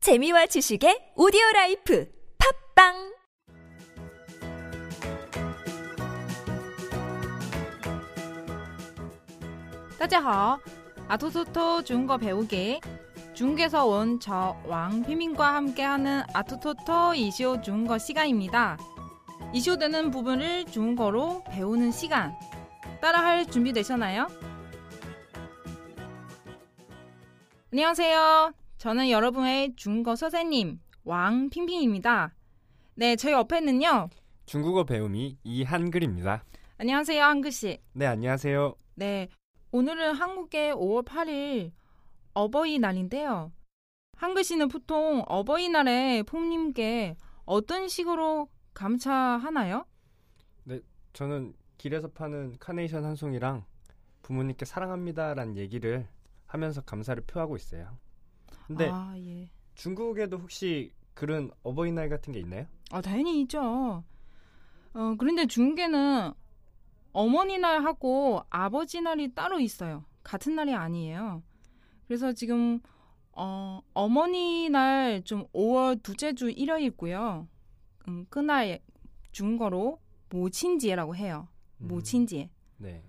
재미와 지식의 오디오 라이프 팝빵 따자하 아토토토 중국어 배우기 중국에서 온 저 왕피민과 함께하는 아토토토 이시오 중국어 시간입니다. 이시오되는 부분을 중국어로 배우는 시간 따라할 준비 되셨나요? 안녕하세요. 저는 여러분의 중국어 선생님 왕핑핑입니다. 네, 제 옆에는요. 중국어 배움이 이한글입니다. 안녕하세요, 한글 씨. 네, 안녕하세요. 네, 오늘은 한국의 5월 8일 어버이날인데요. 한글씨는 보통 어버이날에 폼님께 어떤 식으로 감사하나요? 저는 길에서 파는 카네이션 한 송이랑 부모님께 사랑합니다라는 얘기를 하면서 감사를 표하고 있어요. 근데 아, 예. 중국에도 혹시 그런 어버이날 같은 게 있나요? 아, 당연히 있죠. 어, 그런데 중계는 어머니 날하고 아버지 날이 따로 있어요. 같은 날이 아니에요. 그래서 지금 어, 어머니 날 좀 5월 둘째 주 일요일고요. 음, 그날 중거로 모친지라고 해요. 음, 모친지. 네.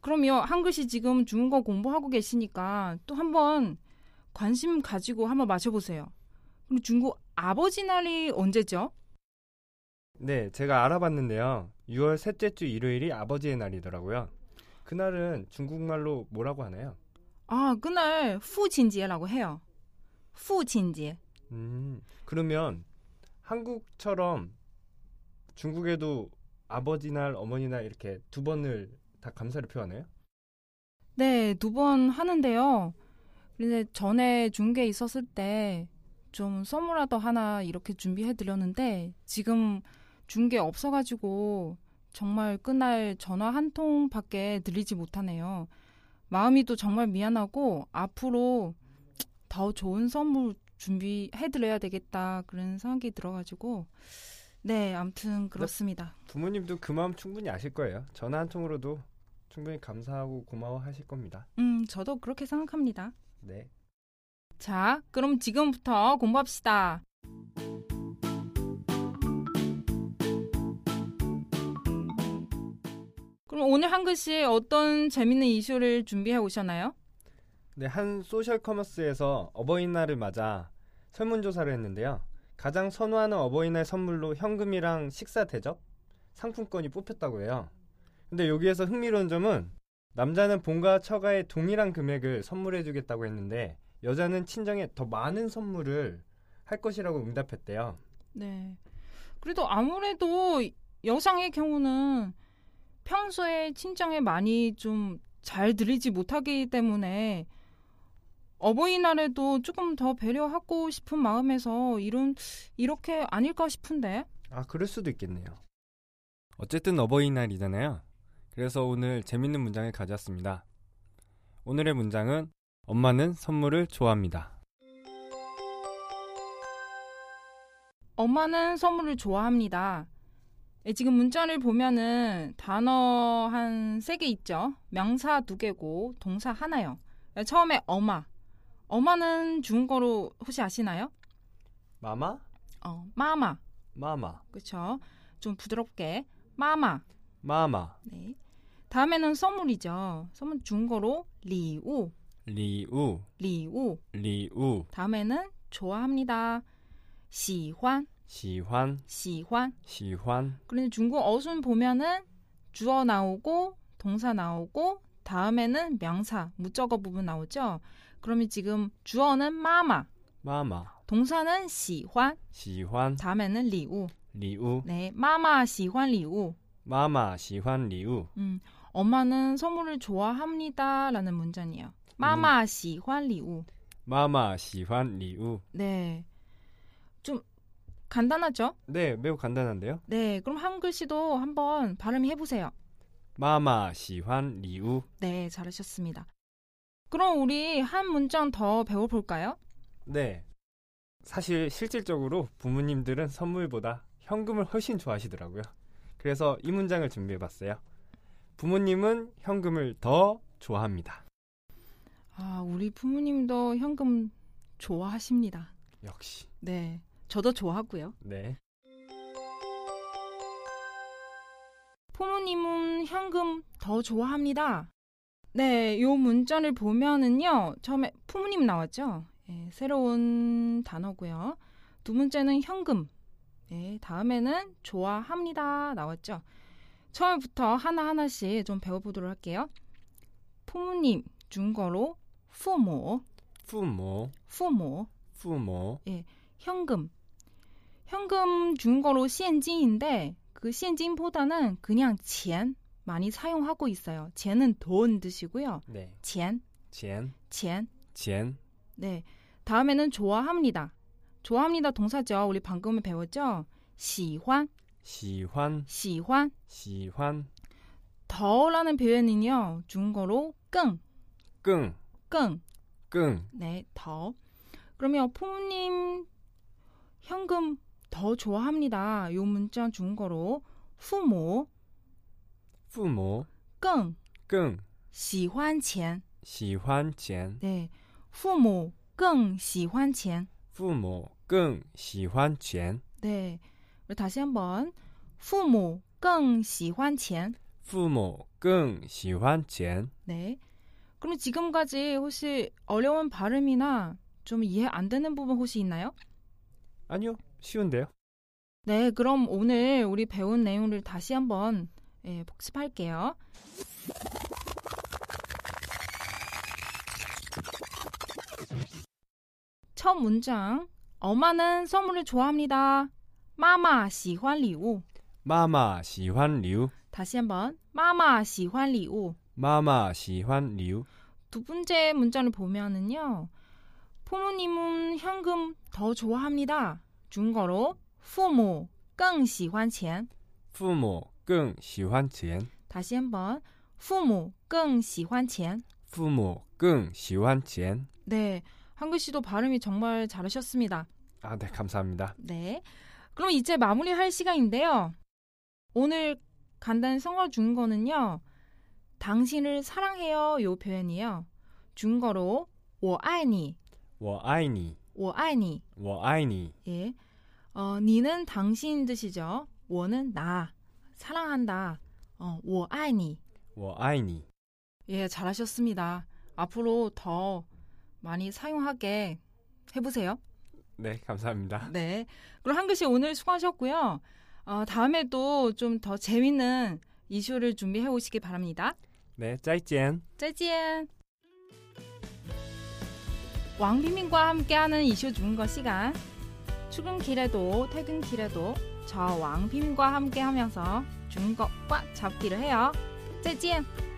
그럼요. 한글씨 지금 중국어 공부하고 계시니까 또 한번 관심 가지고 한번 마셔보세요. 그리고 중국 아버지 날이 언제죠? 네, 제가 알아봤는데요. 6월 셋째 주 일요일이 아버지의 날이더라고요. 그날은 중국말로 뭐라고 하나요? 아, 그날 후친지라고 해요. 후친지. 음, 그러면 한국처럼 중국에도 아버지 날, 어머니 날 이렇게 두 번을 다 감사를 표하나요? 네, 두 번 하는데요. 근데 전에 중계 있었을 때 좀 선물라도 하나 이렇게 준비해 드렸는데 지금 중계 없어가지고 정말 그날 전화 한 통밖에 드리지 못하네요. 마음이 또 정말 미안하고 앞으로 더 좋은 선물 준비해 드려야 되겠다 그런 생각이 들어가지고 네, 아무튼 그렇습니다. 부모님도 그 마음 충분히 아실 거예요. 전화 한 통으로도 충분히 감사하고 고마워하실 겁니다. 음, 저도 그렇게 생각합니다. 네. 자, 그럼 지금부터 공부합시다. 그럼 오늘 한글씨 어떤 재밌는 이슈를 준비해 오셨나요? 네, 한 소셜 커머스에서 어버이날을 맞아 설문조사를 했는데요. 가장 선호하는 어버이날 선물로 현금이랑 식사 대접, 상품권이 뽑혔다고 해요. 근데 여기에서 흥미로운 점은 남자는 본가 처가에 동일한 금액을 선물해 주겠다고 했는데 여자는 친정에 더 많은 선물을 할 것이라고 응답했대요. 네. 그래도 아무래도 여성의 경우는 평소에 친정에 많이 좀 잘 들리지 못하기 때문에 어버이날에도 조금 더 배려하고 싶은 마음에서 이런 이렇게 아닐까 싶은데. 아, 그럴 수도 있겠네요. 어쨌든 어버이날이잖아요. 그래서 오늘 재밌는 문장을 가져왔습니다. 오늘의 문장은 엄마는 선물을 좋아합니다. 엄마는 선물을 좋아합니다. 예, 지금 문자를 보면은 단어 한 세 개 있죠. 명사 두 개고 동사 하나요. 예, 처음에 엄마. 엄마는 중국어로 혹시 아시나요? 마마? 어, 마마. 마마. 그렇죠. 좀 부드럽게 마마. 마마. 네. 다음에는 선물이죠. 선물 중국어로 리우. 리우. 리우. 리우. 다음에는 좋아합니다. 시환. 시환. 시환. 시환. 그런데 중국 어순 보면은 주어 나오고 동사 나오고 다음에는 명사 무적어 부분 나오죠. 그러면 지금 주어는 마마, 마마. 동사는 시환, 시환. 다음에는 리우. 리우. 네, 마마 시환 리우. 마마. 시환. 리우. 음, 엄마는 선물을 좋아합니다라는 문장이에요. 마마 시환 리우. 마마. 시환. 리우. 네, 좀 간단하죠? 네, 매우 간단한데요. 네, 그럼 한글씨도 한번 발음해 보세요. 마마. 시환. 리우. 네, 잘하셨습니다. 그럼 우리 한 문장 더 배워볼까요? 네. 사실 실질적으로 부모님들은 선물보다 현금을 훨씬 좋아하시더라고요. 그래서 이 문장을 준비해봤어요. 부모님은 현금을 더 좋아합니다. 아, 우리 부모님도 현금 좋아하십니다. 역시. 네. 저도 좋아하고요. 네. 포모님은 현금 더 좋아합니다. 네, 요 문자를 보면은요. 처음에 포모님 나왔죠? 예, 새로운 단어고요. 두 번째는 현금. 예, 다음에는 좋아합니다 나왔죠. 처음부터 하나하나씩 좀 배워보도록 할게요. 포모님 중거로 포모, 부모, 포모, 부모, 현금. 현금 중거로 현진인데 그 현진보다는 그냥 钱 많이 사용하고 있어요. 钱은 돈 뜻이고요. 네. 钱, 젠, 钱. 젠, 네. 다음에는 좋아합니다. 좋아합니다 동사죠. 우리 방금 배웠죠? 喜欢, 시환, 喜欢. 시환, 더라는 표현은요. 중거로 끙, 끙, 끙. 끙, 네, 더. 그러면 부모님 현금 더 좋아합니다. 요 문자 중거로 부모 부모, 更 끙, 喜欢钱. 시환, 젠, 네, 父母更喜欢钱. 부모, 끙, 시환, 젠, 네, 우리 다시 한번 父母更喜欢钱. 부모, 끙, 시환, 젠. 네. 그럼 지금까지 혹시 어려운 발음이나 좀 이해 안 되는 부분 혹시 있나요? 아니요, 쉬운데요. 네, 그럼 오늘 우리 배운 내용을 다시 한번 예, 복습할게요. 첫 문장. 엄마는 선물을 좋아합니다. 마마 喜欢礼物. 마마, 시환, 류, 다시 한번. 마마 喜欢礼物. 마마, 시환, 류, 두 번째 문장을 보면은요. 부모님은 현금 더 좋아합니다. 중거로 父母更喜欢钱. 부모, 끙, 시환, 젠, 다시 한번 父母更喜欢钱. 부모, 끙, 시환, 젠. 네, 한글 씨도 발음이 정말 잘하셨습니다. 아, 네, 啊 감사합니다. 네. 그럼 이제 마무리할 시간인데요. 오늘 간단히 성어 준거는요. 당신을 사랑해요 요 표현이요. 준거로 我爱你,我爱你,我爱你.我爱你. 예. 어, 니는 당신 뜻이죠. 我는 나. 사랑한다. 어, 我爱你.我爱你， 예, 잘하셨습니다. 앞으로 더 많이 사용하게 해보세요. 네감사합니다 네. 그럼 한글씨 오늘 수고하셨고요. 어, 다음에 또 좀 더 재밌는 이슈를 준비해 오시기 바랍니다. 네再见。 짜잔! 왕비민과 함께하는 이슈 중거 시간. 출근길에도 퇴근길에도 저 왕비민과 함께하면서 중거꽉 잡기를 해요. 짜잔!